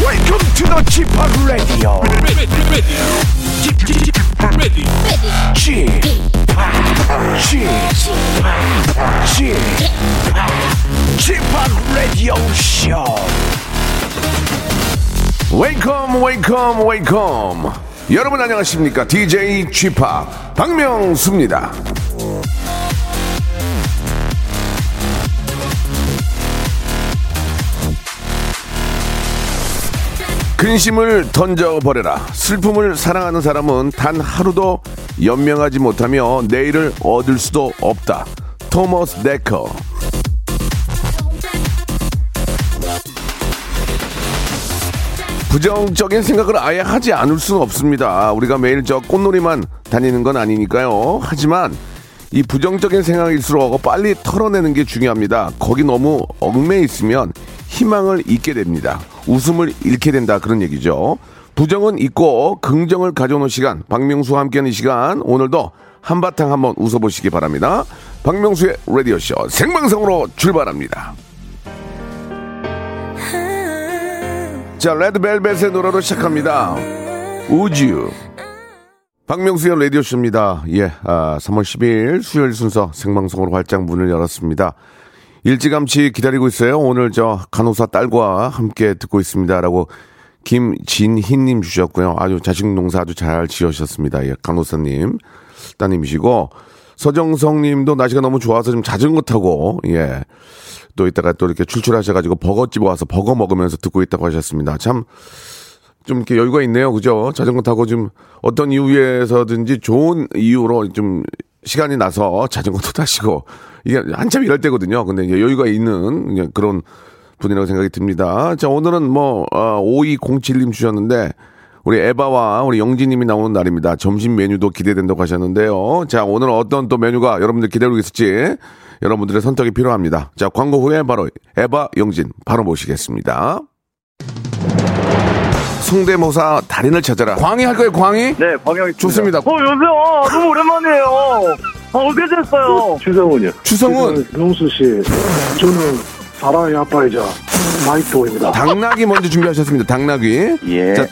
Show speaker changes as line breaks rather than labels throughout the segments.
Welcome to the g p o p Radio.
ready, ready, ready, ready.
g p o p G p o p Radio Show.
웨이컴 웨이컴 웨이컴 여러분 안녕하십니까 DJ g p o p 박명수입니다 근심을 던져버려라 슬픔을 사랑하는 사람은 단 하루도 연명하지 못하며 내일을 얻을 수도 없다 토머스 데커 부정적인 생각을 아예 하지 않을 수는 없습니다. 우리가 매일 저 꽃놀이만 다니는 건 아니니까요. 하지만 이 부정적인 생각일수록 빨리 털어내는 게 중요합니다. 거기 너무 얽매 있으면 희망을 잃게 됩니다. 웃음을 잃게 된다 그런 얘기죠. 부정은 있고 긍정을 가져오는 시간 박명수와 함께하는 이 시간 오늘도 한바탕 한번 웃어보시기 바랍니다. 박명수의 라디오쇼 생방송으로 출발합니다. 자, 레드벨벳의 노래로 시작합니다. 우주. 박명수의 라디오쇼입니다. 예, 아, 3월 12일 수요일 순서 생방송으로 활짝 문을 열었습니다. 일찌감치 기다리고 있어요. 오늘 저 간호사 딸과 함께 듣고 있습니다. 라고 김진희님 주셨고요. 아주 자식 농사 아주 잘 지으셨습니다. 예, 간호사님, 따님이시고. 서정성 님도 날씨가 너무 좋아서 좀 자전거 타고, 예, 또 이따가 또 이렇게 출출하셔가지고 버거집 와서 버거 먹으면서 듣고 있다고 하셨습니다. 참, 좀 이렇게 여유가 있네요. 그죠? 자전거 타고 좀 어떤 이유에서든지 좋은 이유로 좀 시간이 나서 자전거도 타시고, 이게 한참 일할 때거든요. 근데 이제 여유가 있는 이제 그런 분이라고 생각이 듭니다. 자, 오늘은 뭐, 어, 5207님 주셨는데, 우리 에바와 우리 영진님이 나오는 날입니다. 점심 메뉴도 기대된다고 하셨는데요. 자, 오늘 어떤 또 메뉴가 여러분들 기다리고 있을지 여러분들의 선택이 필요합니다. 자, 광고 후에 바로 에바 영진 바로 모시겠습니다. 송대모사 달인을 찾아라. 광희 할 거예요, 광희?
네, 광영이
좋습니다.
어, 여보세요. 아, 너무 오랜만이에요. 아, 어떻게 됐어요?
추성훈이요. 그
추성훈,
명수 씨, 저는 사랑의 아빠이자 마이토입니다.
당나귀 먼저 준비하셨습니다. 당나귀.
예.
자,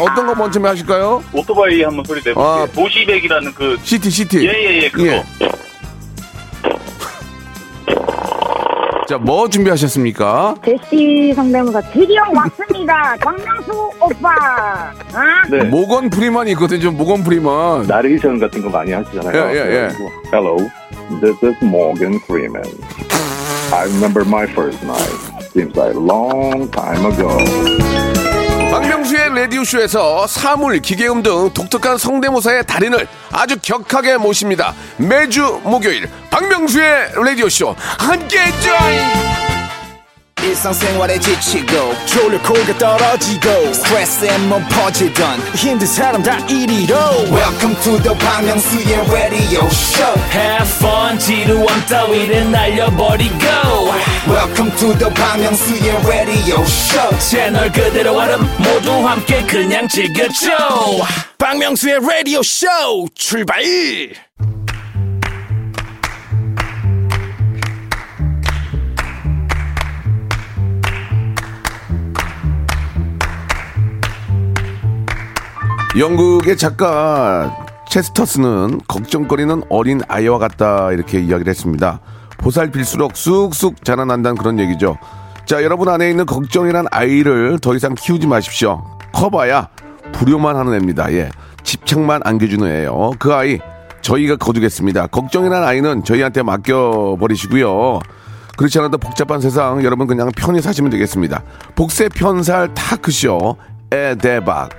어떤 거 먼저 하실까요?
오토바이 한번 소리 내볼게요.
아.
도시백이라는 그
시티, 시티.
예예예 그거.
예. 자, 뭐 준비하셨습니까?
제시 성대모사 드디어 왔습니다. 박명수 오빠. 아?
네.
모건 프리먼이 있거든요. 모건 프리먼.
나르기션 같은 거 많이 하시잖아요.
예, 예, 예.
그래가지고, Hello, this is Morgan Freeman. I remember my first night. Seems like a long time ago.
박명수의 라디오쇼에서 사물, 기계음 등 독특한 성대모사의 달인을 아주 격하게 모십니다. 매주 목요일 박명수의 라디오쇼 함께해 줘요.
일상생활에 지치고, 졸려 코가 떨어지고, 스트레스에 몸 퍼지던, 힘든 사람 다 이리로. welcome to the Bang Myung-soo's radio show
Have fun 지루함 따위를 날려버리고
welcome to the Bang Myung-soo's radio show
채널 그대로 얼음 모두 함께 그냥 즐겨줘
박명수의 radio show 출발
영국의 작가 체스터스는 걱정거리는 어린 아이와 같다 이렇게 이야기를 했습니다. 보살필수록 쑥쑥 자라난다는 그런 얘기죠. 자, 여러분 안에 있는 걱정이란 아이를 더 이상 키우지 마십시오. 커봐야 불효만 하는 애입니다. 예. 집착만 안겨주는 애예요. 그 아이 저희가 거두겠습니다. 걱정이란 아이는 저희한테 맡겨버리시고요. 그렇지 않아도 복잡한 세상 여러분 그냥 편히 사시면 되겠습니다. 복세 편살 타크쇼 에대박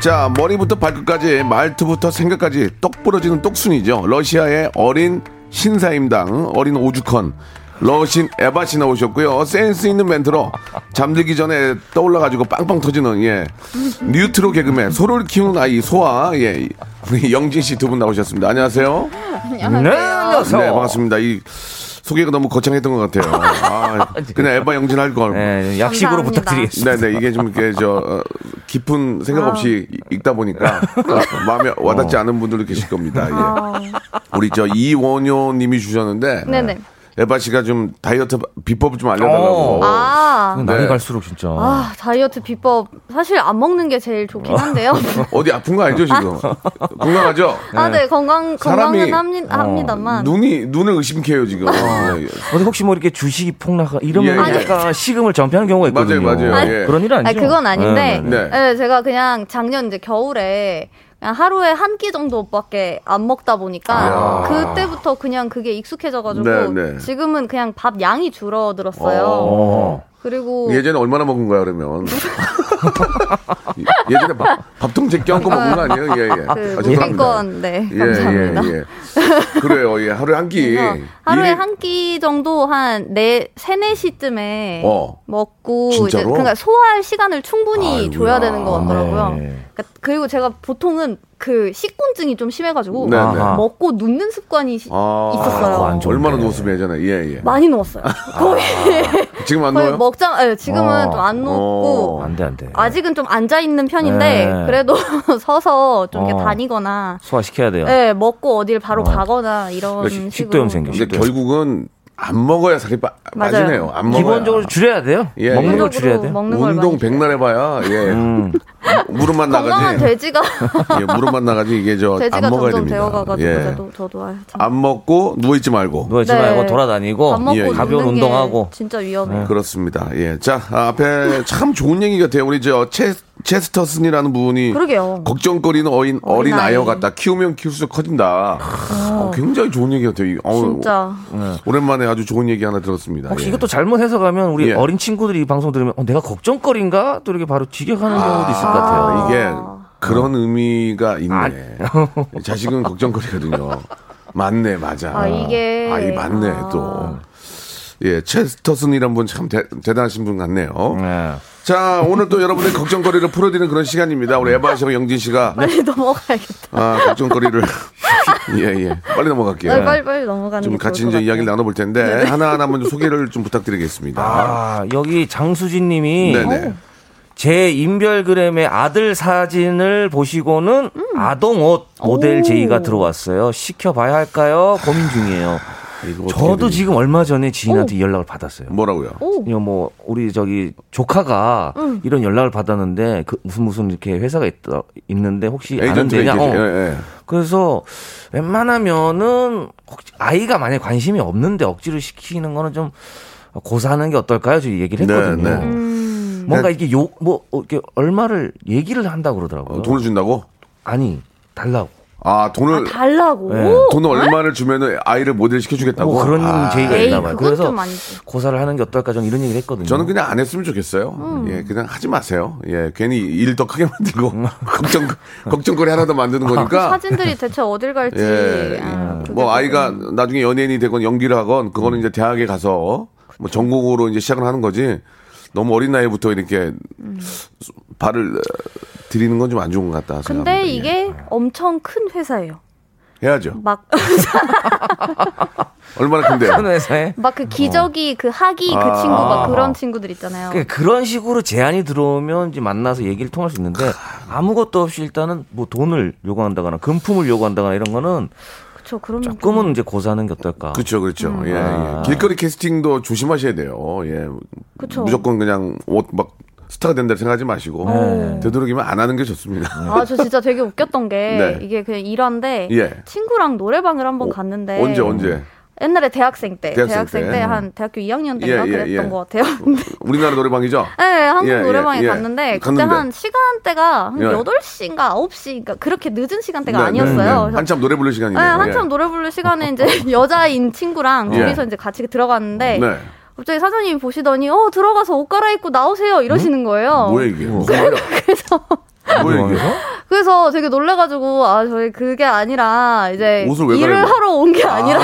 자 머리부터 발끝까지 말투부터 생각까지 똑 부러지는 똑순이죠 러시아의 어린 신사임당 어린 오죽헌 러신 에바씨 나오셨고요 센스 있는 멘트로 잠들기 전에 떠올라가지고 빵빵 터지는 예 뉴트로 개그맨 소를 키우는 아이 소아 예 우리 영진 씨 두 분 나오셨습니다 안녕하세요
네, 안녕하세요.
네 반갑습니다 이 소개가 너무 거창했던 것 같아요 아 그냥 에바 영진 할걸
네, 약식으로
감사합니다.
부탁드리겠습니다.
네네 이게 좀 이렇게 저 어, 깊은 생각 없이 이- 읽다 보니까 어, 마음에 아, 와닿지 않은 분들도 계실 겁니다. 예. 우리 저 이원효님이 주셨는데
네네.
에바 씨가 좀 다이어트 비법 좀 알려달라고.
어. 아.
네.
나이 갈수록 진짜.
아, 다이어트 비법. 사실 안 먹는 게 제일
아.
좋긴 한데요.
어디 아픈 거 아니죠 지금? 건강하죠?
아, 네, 건강,
사람이- 어,
건강은 합니, 합니다만.
눈이 눈을 의심케요 지금.
어디 혹시 뭐 이렇게 주식이 폭락 이러면
예, 예.
약간 식음을 전폐하는 경우가 있거든요.
맞아요, 맞아요. 예.
그런 일 아니죠?
아니, 그건 아닌데,
네, 네.
예, 제가 그냥 작년 이제 겨울에 그냥 하루에 한 끼 정도밖에 안 먹다 보니까
아.
그때부터 그냥 그게 익숙해져가지고
네, 네.
지금은 그냥 밥 양이 줄어들었어요.
어.
그리고
예전에 얼마나 먹은 거야 그러면? 예전에 밥, 밥통째 껴안고 먹은 거 아니에요? 예, 예.
그
아, 죄송합니다.
무조건 네
예,
감사합니다.
예, 예. 그래요, 예. 하루에 한 끼.
그래서 하루에
일일-
한 끼 정도 한 네, 세네 시쯤에
어.
먹고 이제
진짜로?
그러니까 소화할 시간을 충분히 줘야 되는 것 같더라고요.
네.
그러니까 그리고 제가 보통은 그 식곤증이 좀 심해가지고
네, 네.
먹고 눕는 습관이 시-
아,
뭐 있었어요.
안 좋네. 얼마나 누웠으면 예전에, 예, 예.
많이 누웠어요. 거의
지금 안
거의
누워요? 어.
먹자 예, 지금은 좀 안 누웠고
안 돼, 안 돼.
아직은 좀 앉아 있는 편인데
네.
그래도 서서 좀 이렇게
어.
다니거나
소화시켜야 돼요.
네, 먹고 어딜 바로
어.
가거나 이런 식으로.
근데 결국은 안 먹어야 살이 빠,
맞아요.
빠지네요. 안 먹어야.
기본적으로 줄여야 돼요.
예,
먹는
예.
걸 줄여야 돼요.
먹는 걸
운동 백날 해봐야 예
음.
무릎만
건강한
나가지.
돼지가
예, 무릎만 나가지 이게 저 안
돼지가
먹어야
점점
됩니다.
되어가가지고
예.
저도 저도 아, 참.
안 먹고 누워 있지 말고.
누워 있지
네. 말고 돌아다니고 밥 먹고
가벼운
눕는 게
운동하고.
진짜 위험해요.
그렇습니다. 예, 자 아, 앞에 참 좋은 얘기 같아요. 우리 저 체, 체스터슨이라는 분이
그러게요.
걱정거리는 어린 어린
어. 어린아이. 아.
아이와 같다. 키우면 키울수록 커진다. 어, 굉장히 좋은 얘기 같아요. 이거. 어우,
진짜
예. 오랜만에 아주 좋은 얘기 하나 들었습니다.
혹시
예.
이것도 잘못 해석하면 우리
예.
어린 친구들이 이 방송 들으면 어, 내가 걱정거리인가 또 이렇게 바로 직역하는
아.
경우도 있을 것 같아요.
이게 그런 의미가 있네. 자식은 걱정거리거든요. 맞네, 맞아.
아, 이게.
아, 이 맞네, 또. 예, 체스터슨이란 분 참 대단하신 분 같네요. 자, 오늘 또 여러분의 걱정거리를 풀어드리는 그런 시간입니다. 우리 에바 씨와 영진 씨가
빨리 넘어가야겠다.
아, 걱정거리를 예, 예. 빨리 넘어갈게요.
네, 빨리 빨리, 빨리 넘어가는
좀
게
같이
좋을
이제
것
이야기를 나눠볼 텐데
네네.
하나하나 먼저 소개를 좀 부탁드리겠습니다.
아, 여기 장수진 님이
네네.
어.
제 인별그램의 아들 사진을 보시고는 아동 옷 모델
오.
제의가 들어왔어요. 시켜봐야 할까요? 고민 중이에요. 저도 지금 얼마 전에 지인한테 이 연락을 받았어요.
뭐라고요?
이거 뭐 우리 저기 조카가
음.
이런 연락을 받았는데 그 무슨 무슨 이렇게 회사가 있다 있는데 혹시 아는
에이전트,
데냐?
에이전트.
어.
예, 예.
그래서 웬만하면은 혹시 아이가 만약에 관심이 없는데 억지로 시키는 거는 좀 고사하는 게 어떨까요? 저 얘기를
네,
했거든요.
네.
음.
뭔가 이게 요 뭐 이렇게 얼마를 얘기를 한다 그러더라고요.
어, 돈을 준다고?
아니 달라고.
아 돈을
달라고. 그
네.
어?
돈을 얼마를 주면은 아이를 모델 시켜주겠다고
뭐 그런
아.
제의가 있나 봐요. 그래서 고사를 하는 게 어떨까 저는 이런 얘기를 했거든요.
저는 그냥 안 했으면 좋겠어요.
음.
예, 그냥 하지 마세요. 예, 괜히 일 더 크게 만들고
음.
걱정 걱정거리 하나 더 만드는
그
거니까.
사진들이 대체 어딜 갈지.
예,
아, 그게
뭐 아이가 나중에 연예인이 되건 연기를 하건
음.
그거는 이제 대학에 가서
그렇죠.
뭐 전공으로 이제 시작을 하는 거지. 너무 어린 나이부터 이렇게
음.
발을 어, 들이는 건 좀 안 좋은 것 같다.
근데
생각합니다.
이게 엄청 큰 회사예요.
해야죠.
막
얼마나 큰데요?
큰 회사에
막
어.
그 기저귀 그 하기 그
아.
친구 막 그런 친구들 있잖아요.
그- 그런 식으로 제안이 들어오면 이제 만나서 얘기를 통할 수 있는데 아무것도 없이 일단은 뭐 돈을 요구한다거나 금품을 요구한다거나 이런 거는
그쵸 그러면
조금은 이제 고사하는 게 어떨까.
그렇죠, 그렇죠.
음.
예,
아.
예. 길거리 캐스팅도 조심하셔야 돼요. 예.
그쵸.
무조건 그냥 옷 막 스타가 된다 생각하지 마시고
네.
되도록이면 안 하는 게 좋습니다.
아 저 진짜 되게 웃겼던 게
네.
이게 그냥 일화인데
예. 어,
친구랑 노래방을 한번 갔는데
언제 언제?
옛날에 대학생 때
대학생
대학생
때. 음.
때 한 대학교 2학년 때인가
예, 예,
그랬던
예.
것 같아요.
우리나라 노래방이죠?
네, 한국
예, 예,
노래방에
예.
갔는데 그때
갔는데.
한 시간대가 한
예.
8시인가 9시 그러니까 그렇게 늦은 시간대가
네, 네,
아니었어요.
네.
그래서
한참 노래 부를 시간이네요.
네, 한참 노래 부를 시간에 이제 여자인 친구랑
예.
둘이서 이제 같이 들어갔는데
예. 네.
갑자기 사장님이 보시더니 어 들어가서 옷 갈아입고 나오세요 이러시는 거예요.
음? 뭐야 이게? 무슨 말이야? 뭐야 이게?
그래서 되게 놀래가지고 아 저희 그게 아니라 이제
옷을 왜
일을
갈아입어?
하러 온 게 아니라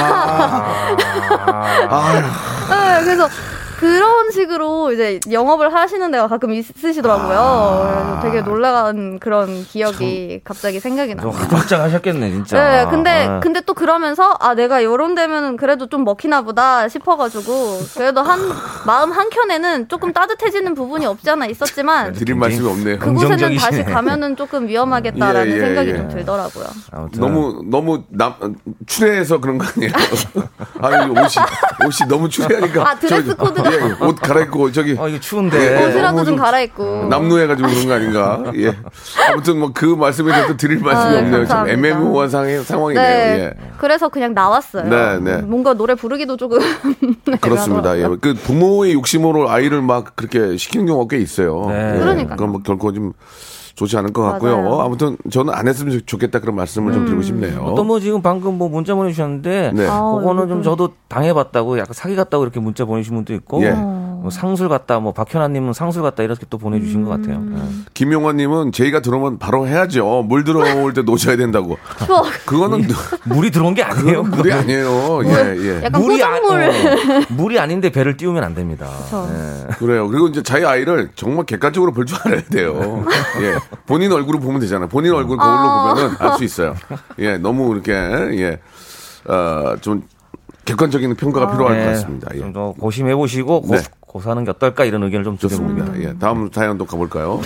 아.
네, 그래서 그런 식으로 이제 영업을 하시는 데가 가끔 있으시더라고요.
아.
그래서 되게 놀라간 그런 기억이 갑자기 생각이 나요.
확장하셨겠네 진짜.
네, 근데
아.
근데 또 그러면서 아 내가 요런 데면은 그래도 좀 먹히나 보다 싶어가지고 그래도 한 마음 한 켠에는 조금 따뜻해지는 부분이 없지 않아 있었지만
드릴 말씀이 없네요.
그곳에는 다시 가면은 조금 위험하겠다라는
예, 예,
생각이
예.
좀 들더라고요.
그, 너무 너무 남 추레해서 그런 거 아니에요? 아니 옷이 옷이 너무 추레하니까.
아, 드레스
저기,
코드가.
예, 예. 옷 갈아입고 저기. 아
이거 추운데.
옷이라도 좀 갈아입고.
음, 남루해가지고 그런 거 아닌가? 예. 아무튼 뭐 그 말씀에 대해서 또 드릴 말씀이
아,
없네요. 좀
감사합니다.
애매모호한 상황, 상황이네요. 예.
네, 그래서 그냥 나왔어요. 음,
네, 네.
뭔가 노래 부르기도 조금 네,
예. 그렇습니다. 예. 그 부모의 욕심으로 아이를 막 그렇게 시키는 경우가 꽤 있어요. 예.
그러니까요.
그건 뭐 결코 좀 좋지 않을 것 같고요.
맞아요.
아무튼 저는 안 했으면 좋겠다 그런 말씀을
음.
좀 드리고 싶네요.
또 뭐 지금 방금 뭐 문자 보내주셨는데
네. 아우,
그거는
이거 좀-
좀 저도 당해봤다고 약간 사기 같다고 이렇게 문자 보내주신 분도 있고
예.
뭐 상술 같다 뭐 박현아님은 상술 같다 이렇게 또 보내주신 것 같아요.
음.
김용환님은 제의가 들어오면 바로 해야죠. 물 들어올 때 놓쳐야 된다고.
추워.
그거는
예. 물이 들어온 게 아니에요.
물이 아니에요.
물,
예, 예.
약간 소중물.
어,
어.
물이 아닌데 배를 띄우면 안 됩니다.
그쵸.
네. 그래요. 그리고 이제 자기 아이를 정말 객관적으로 볼 줄 알아야 돼요. 예. 본인 얼굴을 보면 되잖아요. 본인 얼굴 거울로
아.
보면은 알 수 있어요. 예. 너무 이렇게, 예. 어, 좀 객관적인 평가가 필요할 것 같습니다. 예.
네. 좀더 고심해 보시고
네.
고사하는 게 어떨까 이런 의견을 좀
좋습니다. 예. 다음 사연도 가볼까요?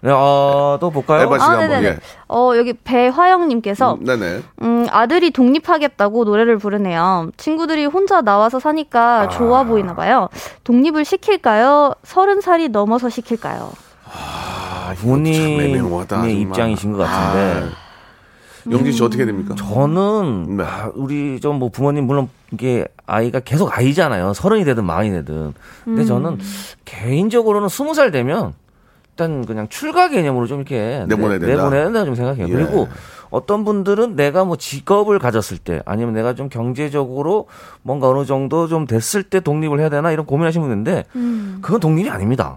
네, 어, 또 볼까요?
에바 씨가 한번,
네네네.
예.
어, 여기 배화영님께서
네네.
음, 아들이 독립하겠다고 노래를 부르네요. 친구들이 혼자 나와서 사니까 좋아 보이나 봐요. 독립을 시킬까요? 서른 살이 넘어서 시킬까요?
아, 부모님의 네,
정말. 아,
입장이신 것 같은데.
영진 씨 어떻게 됩니까?
저는
네.
아, 우리 좀 뭐 부모님 물론 이게 아이가 계속 아이잖아요. 서른이 되든 마흔이 되든. 근데
음.
저는 개인적으로는 스무 살 되면 일단 그냥 출가 개념으로 좀 이렇게
내보내야 된다.
내보내야 된다 좀 생각해요.
예.
그리고 어떤 분들은 내가 뭐 직업을 가졌을 때 아니면 내가 좀 경제적으로 뭔가 어느 정도 좀 됐을 때 독립을 해야 되나 이런 고민하시는 분인데
음.
그건 독립이 아닙니다.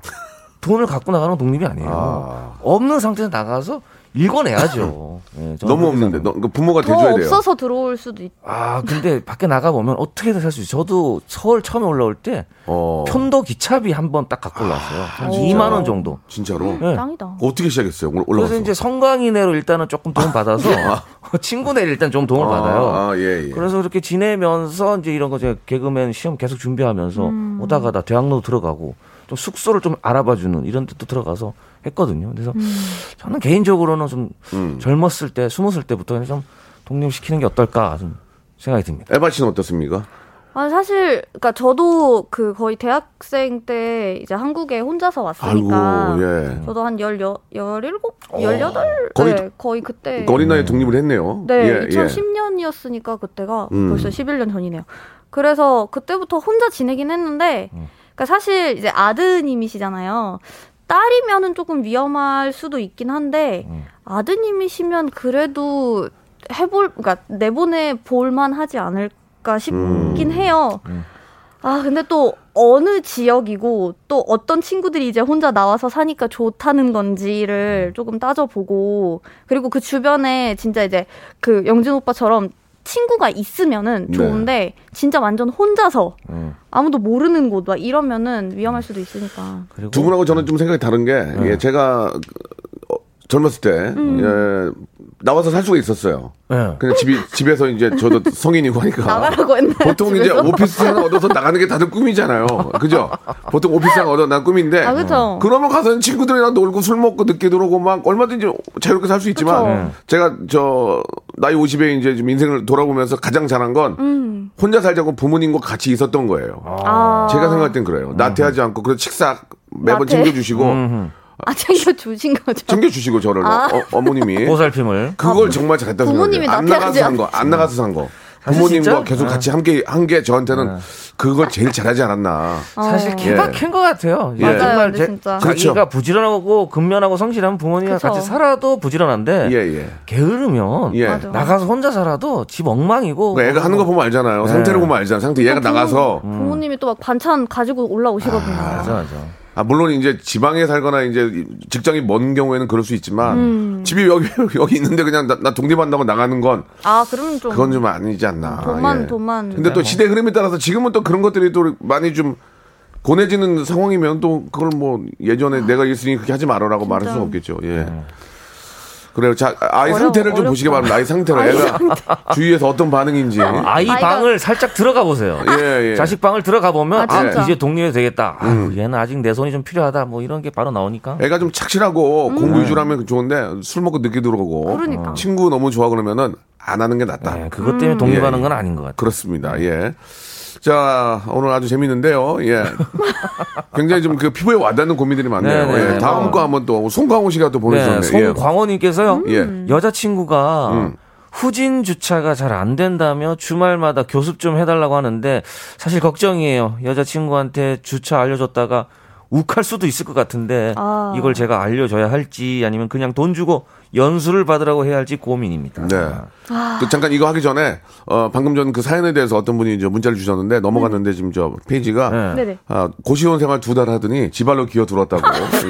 돈을 갖고 나가는 건 독립이 아니에요. 없는 상태에서 나가서 읽어내야죠. 예, 저는
너무
그렇게
없는데. 너, 그 부모가
더
돼줘야 돼요.
없어서 들어올 수도 있.
아, 근데 밖에 나가보면 어떻게든 살 수 있어요. 저도 서울 처음에 올라올 때
어.
편도 기차비 한 번 딱 갖고
아,
올라왔어요. 한
진짜요?
2만 원 정도.
진짜로?
예.
짱이다.
어떻게 시작했어요? 올- 올라가서.
그래서 이제 성광이네로 일단은 조금 도움 받아서 친구네 일단 좀 도움을
아,
받아요.
아, 예, 예.
그래서 이렇게 지내면서 이제 이런 거 제가 개그맨 시험 계속 준비하면서
음.
오다가다 대학로 들어가고 좀 숙소를 좀 알아봐주는 이런 데도 들어가서 했거든요. 그래서
음.
저는 개인적으로는 좀 젊었을 때, 스무살 때부터 그냥 좀 독립시키는 게 어떨까 좀 생각이 듭니다.
에바 씨는 어떻습니까?
아 사실 그러니까 저도 그 거의 대학생 때 이제 한국에 혼자서
그러니까
왔으니까
아이고, 예. 어,
저도 한 열여 열일곱 열여덟
거의
네, 거의 그때
어린 나이에 독립을 했네요.
네,
예, 예.
2010년이었으니까 그때가
음.
벌써 11년 전이네요. 그래서 그때부터 혼자 지내긴 했는데,
음.
그러니까 사실 이제 아드님이시잖아요. 딸이면은 조금 위험할 수도 있긴 한데
음.
아드님이시면 그래도 해볼, 그러니까 내보내 볼만하지 않을까 싶긴
음.
해요. 아, 근데 또 어느 지역이고 또 어떤 친구들이 이제 혼자 나와서 사니까 좋다는
음.
건지를 조금 따져보고 그리고 그 주변에 진짜 이제 그 영진 오빠처럼 친구가 있으면은
네.
좋은데 진짜 완전 혼자서
음.
아무도 모르는 곳 막 이러면은 위험할 수도 있으니까.
두 분하고 저는 좀 생각이 다른 게 예, 제가 어, 젊었을 때
음.
예, 나와서 살 수가 있었어요.
예.
그냥 집이 집에서 이제 저도 성인이고 하니까
나가라고 했나요?
보통 이제
집에서?
오피스 하나 얻어서 나가는 게 다들 꿈이잖아요. 그죠? 보통 오피스 하나 얻어 난 꿈인데 음.
아, 그쵸.
그러면 가서 친구들이랑 놀고 술 먹고 늦게 들어오고 막 얼마든지 자유롭게 살 수 있지만
그쵸. 네.
제가 저 나이 50에 이제 좀 인생을 돌아보면서 가장 잘한 건
음.
혼자 살자고 부모님과 같이 있었던 거예요.
아.
제가 생각할 땐 그래요. 나태하지 않고 그래서 식사 매번
나태?
챙겨주시고
아 챙겨 주신 거죠.
챙겨주시고 저를
아.
어, 머님이
예? 보살핌을
그걸 정말 잘했다 생각해요.
부모님이
안 나가서
나태하지
산 거, 안 나가서 산 거.
음. 사실
부모님과
진짜? 음.
계속
아.
같이 함께 한 게 저한테는 그걸 제일 잘하지 않았나.
어.
사실
예.
개박한 것 같아요.
맞아요,
정말
근데
제-
진짜.
자기가
그렇죠.
부지런하고 근면하고 성실하면 부모님과
그쵸.
같이 살아도 부지런한데 게으르면
예. 맞아.
나가서 혼자 살아도 집 엉망이고
그러니까 애가 하는 거 보면 알잖아요.
네.
상태를 보면 알잖아. 상태 얘가 나가서.
어, 그러니까 부모님이 또 막 반찬 가지고 올라오시거든요.
맞아,
맞아.
아, 물론 이제 지방에 살거나 이제 직장이 먼 경우에는 그럴 수 있지만
음.
집이 여기, 여기 있는데 그냥 나, 나 독립한다고 나가는 건
아, 그럼 좀
그건 좀 아니지 않나.
돈만
예.
돈만.
네, 뭐.
근데 또 시대 흐름에 따라서 지금은 또 그런 것들이 또 많이 좀 권해지는 상황이면 또 그걸 뭐
아.
예전에 내가 있으니 그렇게 하지 말아라고 말할 수는 없겠죠. 예. 그래요. 자, 아이
어려워,
상태를 좀
어렵다.
보시기 바랍니다. 아이 상태로
아이
애가 주위에서 어떤 반응인지.
아이 방을 살짝 들어가 보세요.
예, 음. 예.
자식 방을 들어가 보면
아,
아,
진짜.
이제 독립이 되겠다. 아, 얘는 아직 내 손이 좀 필요하다. 뭐 이런 게 바로 나오니까.
애가 좀 착실하고 공부 위주로 하면 좋은데 술 먹고 늦게 들어오고
음. 그러니까.
친구 너무 좋아 그러면은 안 하는 게 낫다.
네, 그것
음.
때문에 독립하는
예,
건 아닌 것 같아요.
그렇습니다. 예. 자 오늘 아주 재밌는데요. 예. 굉장히 좀 그 피부에 와닿는 고민들이 많네요.
네, 네.
예. 다음 거 한번 또 송강호 씨가 또 보내주셨네요.
네,
예.
송광호님께서요.
음.
여자친구가 후진 주차가 잘 안 된다며 주말마다 교습 좀 해달라고 하는데 사실 걱정이에요. 여자친구한테 주차 알려줬다가 욱할 수도 있을 것 같은데
아.
이걸 제가 알려줘야 할지 아니면 그냥 돈 주고 연수를 받으라고 해야 할지 고민입니다.
네.
아.
또 잠깐 이거 하기 전에 어, 방금 전 그 사연에 대해서 어떤 분이 이제 문자를 주셨는데 넘어갔는데 지금 저 페이지가
네네.
아, 고시원 생활 두 달 하더니 지발로 기어 들어왔다고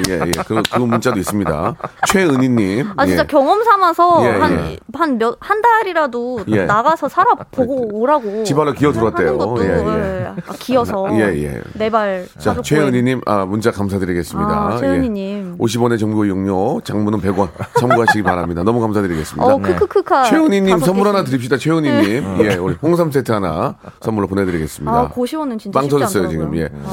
예, 예. 그, 그 문자도 있습니다. 최은희님.
아 진짜
예.
경험 삼아서
예, 예.
한한몇 한 달달이라도
예.
나가서 살아보고 오라고
지발로 기어 들어왔대요.
하는 것도
예, 예.
예. 아, 기어서 네
예, 예.
내발
자, 예. 최은희님, 아, 문자 감사드리겠습니다.
그 아, 최은희님.
50원의 정보 용료, 장문은 100원, 첨부하시기 바랍니다. 너무 감사드리겠습니다.
어, 크크크카.
최은희님
다섯
선물
개씩.
하나 드립시다. 최은희님. 예, 우리 홍삼 세트 하나 선물로 보내드리겠습니다.
아 고시원은 진짜
빵
쉽지
터졌어요,
않더라고요. 아,
지금. 예.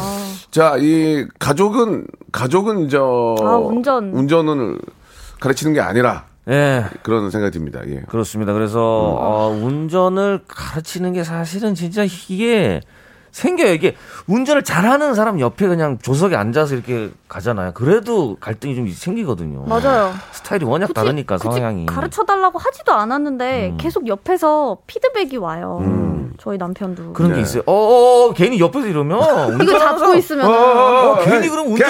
자, 이 가족은, 가족은 저.
아, 운전.
운전을 가르치는 게 아니라.
예.
그런 생각이 듭니다. 예.
그렇습니다. 그래서 어, 운전을 가르치는 게 사실은 진짜 이게 생겨요. 이게 운전을 잘하는 사람 옆에 그냥 조석에 앉아서 이렇게 가잖아요. 그래도 갈등이 좀 생기거든요.
맞아요.
스타일이 워낙
굳이-
다르니까
굳이
성향이. 음.
가르쳐달라고 하지도 않았는데 계속 옆에서 피드백이 와요.
음.
저희 남편도
그런
네.
게 있어요. 어, 어, 어, 괜히 옆에서 이러면
이거 잡고 있으면
어, 어, 어, 괜히 그럼 운전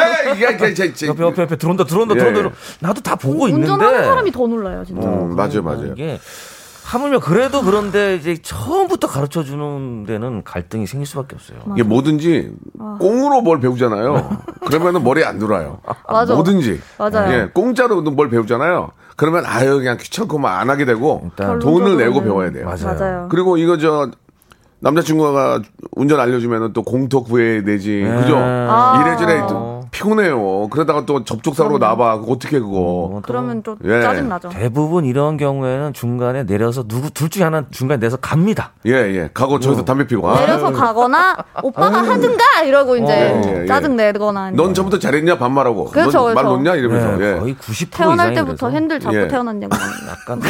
옆에
옆에 옆에 들어온다 들어온다
예,
들어온다.
예.
들어온다. 나도 다 보고 있는데.
운전하는 사람이 더 놀라요, 진짜.
음, 맞아요, 맞아요.
이게 하물며 그래도 그런데 이제 처음부터 가르쳐 주는 데는 갈등이 생길 수밖에 없어요.
이게 뭐든지
아.
꽁으로 뭘 배우잖아요. 그러면은 머리에 안 들어요.
맞아.
뭐든지.
맞아요.
예, 공짜로 뭘 배우잖아요. 그러면 아유 그냥 귀찮고 막 안 하게 되고 돈을
결론적으로는
내고 배워야 돼요.
맞아요. 맞아요.
그리고 이거 저 남자친구가 운전 알려주면은 또 공터 구해야 되지. 그죠?
아.
이래저래 또 피곤해요. 그러다가 또 접촉사고로 나봐. 그거 어떻게 그거.
뭐, 그러면 좀
예.
짜증나죠.
대부분 이런 경우에는 중간에 내려서 누구 둘 중에 하나 중간에 내서 갑니다.
예, 예. 가고 저기서 담배 피고. 아,
내려서 가거나 오빠가 하든가 이러고 이제
어, 예, 예.
짜증 내거나 아니면
넌 저부터 잘했냐 반말하고.
그렇죠,
넌말
그렇죠.
놓냐 이러면서. 예.
네, 거의 90%
태어날
이상이
때부터
그래서.
핸들 잡고
예.
태어났냐고.
약간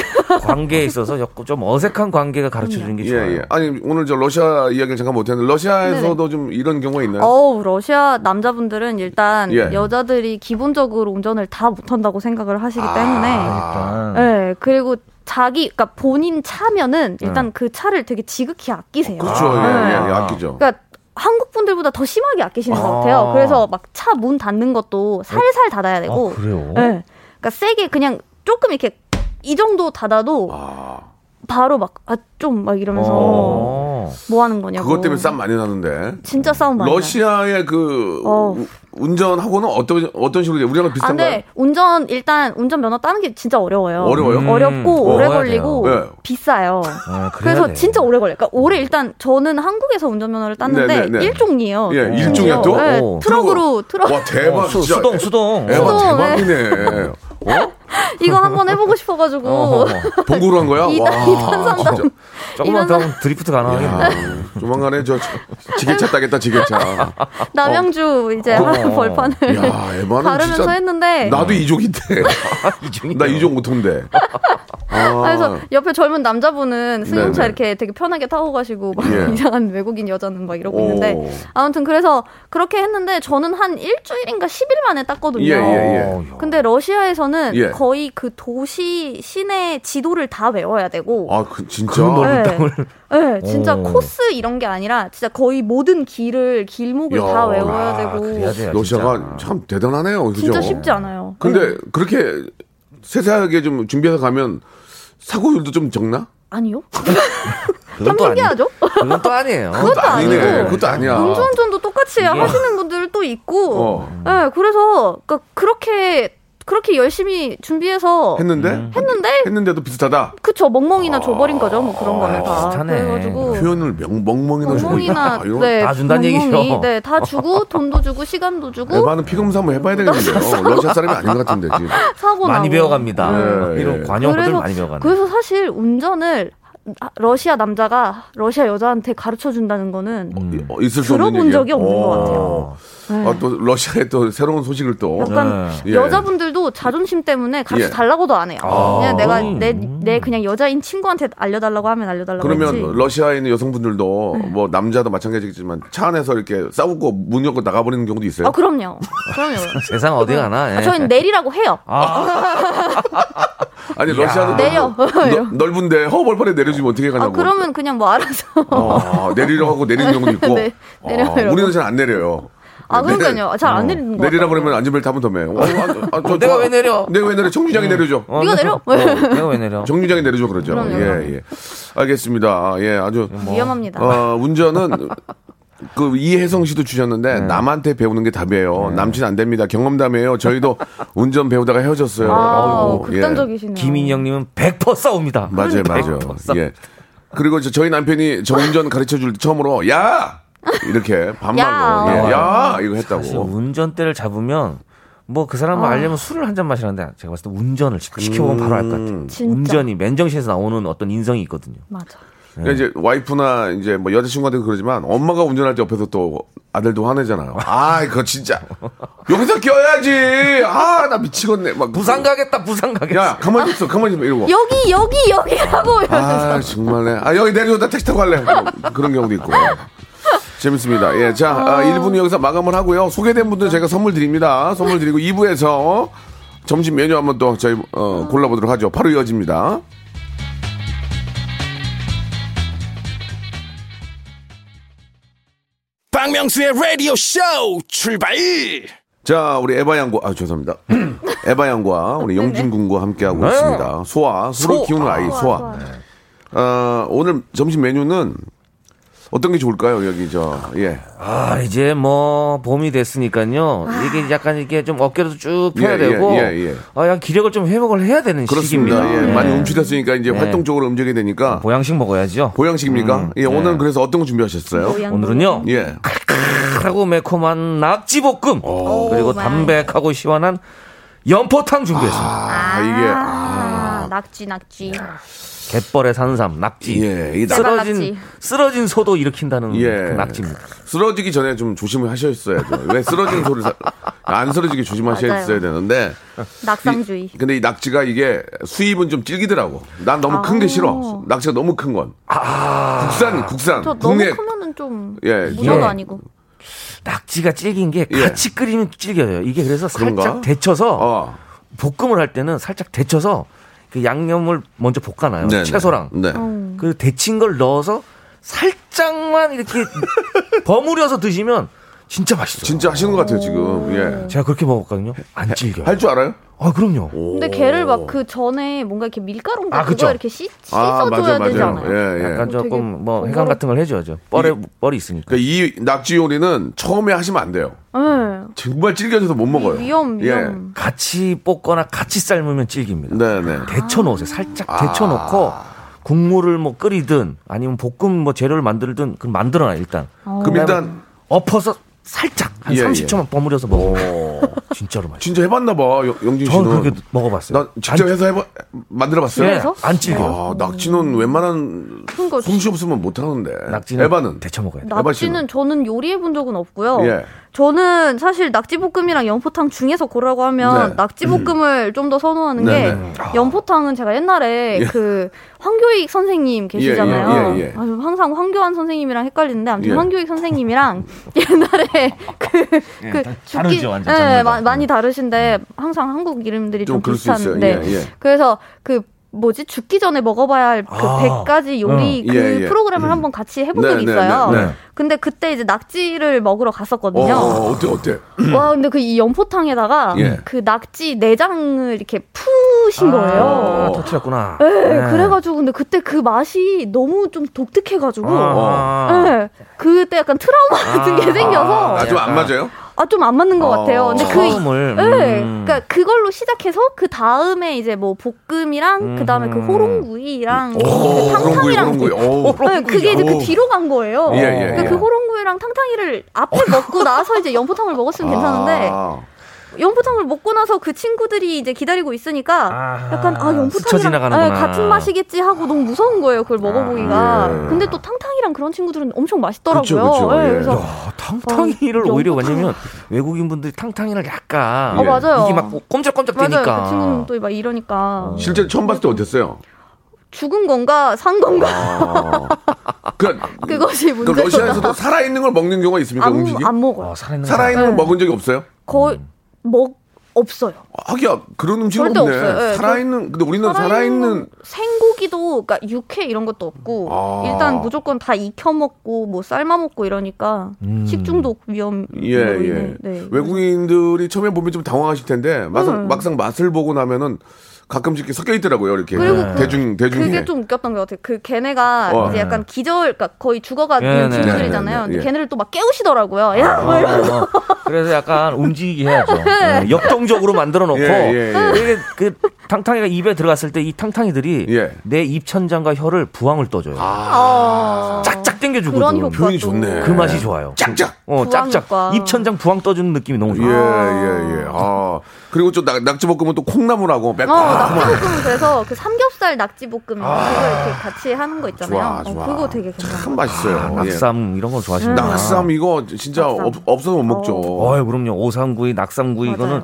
관계에 있어서 자꾸 좀 어색한 관계가 가르쳐 주는 게
예,
좋아요.
예. 아니, 오늘 저 러시아 이야기를 잠깐 못했는데, 러시아에서도 좀 이런 경우가 있나요?
어우, 러시아 남자분들은 일단
예.
여자들이 기본적으로 운전을 다 못한다고 생각을 하시기 어, 때문에.
아,
네, 그리고 자기, 그러니까 본인 차면은 일단
예.
그 차를 되게 지극히 아끼세요.
그렇죠. 예,
네.
예, 예, 아끼죠.
그러니까 한국 분들보다 더 심하게 아끼시는
아.
것 같아요. 그래서 막 차 문 닫는 것도 살살 닫아야 되고.
아, 그래요?
네. 그러니까 세게 그냥 조금 이렇게 이 정도 닫아도 바로 막 아 좀 막 이러면서
어.
뭐 하는 거냐고.
어. 그것 때문에 싸움 많이 나는데.
진짜 싸움 많이.
러시아의 그
어.
우- 운전하고는 어떤 어떤 식으로 돼요? 우리랑
아,
비슷한가요?
근데 운전 일단 운전 면허 따는 게 진짜 어려워요.
어려워요? 음.
어렵고
어.
오래
배워야
걸리고
돼요. 네.
비싸요.
아, 그래야
그래서
돼요.
진짜 오래 걸려요. 그러니까 올해 일단 저는 한국에서 운전면허를 땄는데
네, 네, 네.
일종이에요.
예, 일종이야
심지어.
또?
네,
오.
트럭으로 트럭.
와 대박
어, 수-
진짜.
수동, 수동. 어,
에바
수동,
대박이네. 어?
이거 한번 해보고 싶어가지고
동구로 한 거야?
이단-
와.
이단삼단.
진짜.
조금만 더 하면 드리프트 가능하겠네.
야, 조만간에 저 저- 지게차 따겠다 지게차.
남양주 이제
어.
한 벌판을
야, 에바는
바르면서
진짜
했는데
나도 이종인데.
아,
나 이종 오토인데. 아.
그래서 옆에 젊은 남자분은 승용차
네네.
이렇게 되게 편하게 타고 가시고 막
예.
이상한 외국인 여자는 막 이러고
오.
있는데 아무튼 그래서 그렇게 했는데 저는 한 일주일인가 10일 만에 땄거든요.
예, 예, 예.
근데 러시아에서는
예.
거의 그 도시 시내 지도를 다 외워야 되고
아, 그, 진짜.
그런 넓은 네. 땅을. 네, 진짜
오.
코스 이런 게 아니라 진짜 거의 모든 길을 길목을
야.
다 외워야 아,
아,
되고
러시아가 참 대단하네요. 그죠?
진짜 쉽지 않아요.
근데 그렇게 세세하게 좀 준비해서 가면 사고율도 좀 적나?
아니요.
그건
참
또 아니-
신기하죠?
그건 또 아니에요.
그것도
아니네.
아니고.
그것도 아니야.
음주운전도 똑같이
이게-
하시는 분들 또 있고,
어.
예, 그래서 그러니까 그렇게 그렇게 열심히 준비해서
했는데? 아,
했는데
했는데도 비슷하다.
그쵸 멍멍이나 줘버린 거죠 뭐 그런 거는 다 그래가지고
표현을 명, 멍멍이나 아, 주고
어. 멍멍이나
있다. 아, 이런
네,
거.
멍멍이, 네, 다 주고 돈도 주고 시간도 주고
에바는 피검사 한번 해봐야 되겠는데요. 어, 러시아 사람이 아닌 것 같은데 지금.
사고
많이
나고.
배워갑니다.
예,
이런 관용어들 많이 배워가네.
그래서 사실 운전을 아, 러시아 남자가 러시아 여자한테 가르쳐 준다는 거는
어, 있을 수 없는
들어본
얘기예요.
적이 없는 것
어.
같아요. 네.
아, 또 러시아의 또 새로운 소식을 또.
약간
예.
여자분들도 자존심 때문에 가르쳐
예.
달라고도 안 해요.
아.
그냥 내가
음.
내, 내 그냥 여자인 친구한테 알려달라고 하면 알려달라고
그러면
했지. 네.
러시아에 있는 여성분들도 뭐 남자도 마찬가지겠지만 차 안에서 이렇게 싸우고 문 열고 나가버리는 경우도 있어요.
아 그럼요. 그럼요.
세상 어디 가나.
네.
예.
아, 저희는 내리라고 해요.
아니 러시아도
내려.
넓- 넓은데 허벌판에 내려주면 어떻게
아
가냐고.
그러면 그냥 뭐 알아서.
아, 내리려 하고 내리는 경우도 있고.
네,
아,
내려요.
우리는 잘 안 내려요. 네,
아 그러니까요. 잘 안 내리는 거.
내리라 그러면 안전벨트 한번 더 매. 어, 아, 아, 저-
내가
저-
왜 내려?
내가 왜 내려? 정류장이 내려줘.
어, 네가 내려? 내가 왜 내려?
정류장이 내려줘 그러죠.
그럼요.
예, 예. 알겠습니다. 아, 예, 아주
뭐.
위험합니다.
어, 운전은 그 이혜성 씨도 주셨는데
네.
남한테 배우는 게 답이에요. 남친 안 됩니다. 경험담이에요. 저희도 운전 배우다가 헤어졌어요.
아,
아이고, 예.
극단적이시네요.
김인영님은 100% 싸웁니다.
맞아요, 맞아요. 예. 그리고 저- 저희 남편이 저 운전 가르쳐 줄 때 처음으로 야 이렇게 반말로 예, 야 이거
사실
했다고.
운전대를 잡으면 뭐 그 사람을
아.
알려면 술을 한 잔 마시는데 제가 봤을 때 운전을
음.
지- 지켜보면 바로 알 것 같아요.
진짜.
운전이 맨정신에서 나오는 어떤 인성이 있거든요.
맞아.
그러니까 이제 와이프나 이제 뭐 여자친구한테 그러지만 엄마가 운전할 때 옆에서 또 아들도 화내잖아요. 아, 그거 진짜 여기서 껴야지. 아, 나 미치겠네. 막 부산
가겠다, 부산 가겠다.
야, 가만히 있어, 가만히 있어 이러고.
여기 여기 여기라고 이러면서.
아, 정말네. 아, 여기 내려오다 택시 타고 갈래. 뭐 그런 경우도 있고. 재밌습니다. 예, 자, 아, 1부는 여기서 마감을 하고요. 소개된 분들 제가 선물 드립니다. 선물 드리고 2부에서 점심 메뉴 한번 또 저희 어, 골라보도록 하죠. 바로 이어집니다.
박명수의 라디오 쇼 출발.
자, 우리 에바 양과, 아, 죄송합니다. 에바 양과 우리 영준 군과 함께하고
네.
있습니다. 소아, 네. 소를
소.
키우는 아이,
소아,
소아.
소아.
어, 오늘 점심 메뉴는 어떤 게 좋을까요? 여기 저, 예.
아 이제 뭐 봄이 됐으니까요. 이게 약간 이게 좀 어깨도 쭉 펴야
예,
되고
예, 예, 예.
아 약간 기력을 좀 회복을 해야 되는
그렇습니다. 뭐,
시기입니다.
예,
네.
많이 움츠렸으니까 이제
네.
활동적으로 움직여야 되니까.
보양식 먹어야죠.
보양식입니까? 예, 오늘은 그래서 어떤 거 준비하셨어요?
보양. 오늘은요?
예.
아.
칼칼하고 매콤한 낙지볶음 그리고 담백하고 시원한 연포탕 준비했습니다.
아, 예. 이게
아, 낙지 낙지.
갯벌의 산삼 낙지.
예, 이 낙-
쓰러진
낙지.
쓰러진 소도 일으킨다는
예.
그 낙지입니다.
쓰러지기 전에 좀 조심을 하셨어야죠. 왜 쓰러지는 소리를 사- 안 쓰러지게
맞아요.
조심하셨어야 되는데.
낙상주의.
근데 이 낙지가 이게 수입은 좀 질기더라고. 난 너무
아.
큰 게 싫어. 낙지가 너무 큰 건. 국산, 국산.
저
국내.
너무 크면은 좀
예,
문어도
예.
아니고.
낙지가 질긴 게 같이 끓이면 질겨요. 이게 그래서 살짝
그런가? 어.
데쳐서 볶음을 할 때는 살짝 데쳐서 그 양념을 먼저 볶아놔요.
네네.
채소랑.
네.
음.
그 데친 걸 넣어서 살짝만 이렇게 버무려서 드시면 진짜 맛있어요.
진짜 하시는 것 같아요, 지금. 예.
제가 그렇게 먹었거든요. 안 질겨요.
할 줄 알아요?
아, 그럼요.
근데 걔를 막 그 전에 뭔가 이렇게 밀가루인가
아,
그거
그쵸.
이렇게 씻, 씻어줘야 되지 않아요?
예, 예.
약간 조금 뭐 해감 같은 걸 해줘야죠. 뻘에 뻘이 있으니까.
그러니까 이 낙지 요리는 처음에 하시면 안 돼요.
예.
정말 질겨져서 못 먹어요.
위험, 위험.
같이 볶거나 같이 삶으면 질깁니다.
예. 네네.
데쳐 놓으세요. 살짝
아.
데쳐 놓고 국물을 뭐 끓이든 아니면 볶음 뭐 재료를 만들든 그 만들어놔 일단.
어. 그럼 일단
엎어서 살짝 한
예,
30초만 버무려서 먹어. 진짜로 맛있어.
진짜 해봤나 봐, 영- 영진 씨는.
저는 그렇게 먹어봤어요.
나 직접 해서 해봐, 만들어봤어요.
집에서? 네, 안 찔겨요.
아, 낙지는 웬만한
큰 거.
솜씨 없으면 못 하는데.
낙지는
어. 에바는
데쳐 먹어야
에바 씨는
그러니까 낙지는 저는 요리해본 적은 없고요.
예.
저는 사실 낙지볶음이랑 연포탕 중에서 고르라고 하면
네.
낙지볶음을 좀 더 선호하는
네,
게
네.
아.
연포탕은 제가 옛날에
예.
그 황교익 선생님 계시잖아요.
예, 예, 예, 예.
아, 저는 항상 황교안 선생님이랑 헷갈리는데 아무튼
예.
황교익 선생님이랑 옛날에
예,
그
다-
죽기
다르죠, 완전
예,
장르가. 음.
마- 많이 다르신데 항상 한국 이름들이
좀
좀,
그럴 수 있어요.
비슷한데 네.
예, 예.
그래서 그 뭐지 죽기 전에 먹어봐야 할 그
아.
100가지 요리
음.
그
예, 예.
프로그램을 한번 같이 해본
네,
적이
네,
있어요.
네, 네.
근데 그때 이제 낙지를 먹으러
어,
갔었거든요.
어, 어때, 어때?
와 근데 그 이 연포탕에다가
예.
그 낙지 내장을 이렇게 푸신 거예요.
아, 터트렸구나. 네.
예, 그래가지고 근데 그때 그 맛이 너무 좀 독특해가지고, 네,
아.
예, 그때 약간 트라우마 같은 게 생겨서
아, 좀 안 맞아요?
아, 좀 안 맞는 것
어,
같아요. 근데 그,
처음을,
네,
음.
그러니까 그걸로 시작해서 그 다음에 이제 뭐 볶음이랑 그 다음에 그 호롱구이랑
오,
그
호롱구이,
탕탕이랑
호롱구이. 오.
네, 그게 이제
오.
그 뒤로 간 거예요.
어. 예, 예,
그러니까
예.
그 호롱구이랑 탕탕이를 앞에 먹고 나서 이제 연포탕을 먹었으면 괜찮은데
아.
연포탕을 먹고 나서 그 친구들이 이제 기다리고 있으니까 약간 아
스쳐
연포탕이랑
지나가는구나.
같은 맛이겠지 하고 너무 무서운 거예요 그걸
아,
먹어보기가
예.
근데 또 탕탕이랑 그런 친구들은 엄청 맛있더라고요
그쵸, 그쵸,
예,
예.
그래서
야, 탕탕이를
어,
오히려 왜냐면 외국인 분들이 탕탕이를 약간
어, 맞아요.
이게 막 꼼짝꼼짝
맞아요
되니까.
그 친구는 또 막 이러니까
어. 실제 로 처음 봤을 때 어땠어요?
죽은 건가 산 건가
아. 그러니까
그것이
그
문제다
러시아에서도 살아있는 걸 먹는 경우가 있습니까
안,
음식이?
안 네. 먹어요
살아있는 음. 걸 먹은 적이 없어요?
거의 먹 없어요
하기야 그런 음식은
절대
없네.
없어요. 예,
살아있는 근데 우리는 살아있는,
생고기도 그러니까 육회 이런 것도 없고
아.
일단 무조건 다 익혀 먹고 뭐 삶아 먹고 이러니까 식중독 위험
음. 예, 예.
네.
외국인들이 처음에 보면 좀 당황하실 텐데 막상,
음.
막상 맛을 보고 나면은 가끔씩 이렇게 섞여 있더라고요. 이렇게 네.
그리고 그-
대중 대중에.
그게 좀 웃겼던 것 같아요. 그 걔네가
어.
이제 약간 기절, 그러니까 거의 죽어가는
예, 네,
친구들이잖아요.
네, 네,
근데
예.
걔네를 또 막 깨우시더라고요. 야, 뭐 네. 이러면서.
어, 어. 그래서 약간 움직이게 해야죠. 어, 역동적으로 만들어 놓고
예, 예, 예.
이게 그 탕탕이가 입에 들어갔을 때 이 탕탕이들이
예.
내 입천장과 혀를 부항을 떠줘요.
아.
쫙쫙 당겨주고
그런 효과도. 어,
표현이 좋네. 그 맛이 좋아요.
짝짝.
어,
부항
짝짝.
효과.
입천장 부항 떠주는 느낌이 너무
예,
좋아요.
예, 예. 아. 그리고 좀 낙, 낙지볶음은 또 콩나물하고
어,
매콤한
낙지볶음 그래서 그 삼겹살 낙지볶음 그거 이렇게 같이 하는 거 있잖아요.
좋아, 좋아.
어, 그거 되게 괜찮아요.
참 맛있어요. 예.
아, 낙삼 이런 거 좋아하시는구나.
음.
낙삼 이거 진짜 없, 없어서 못 먹죠.
어, 유 그럼요. 오삼구이, 낙삼구이 이거는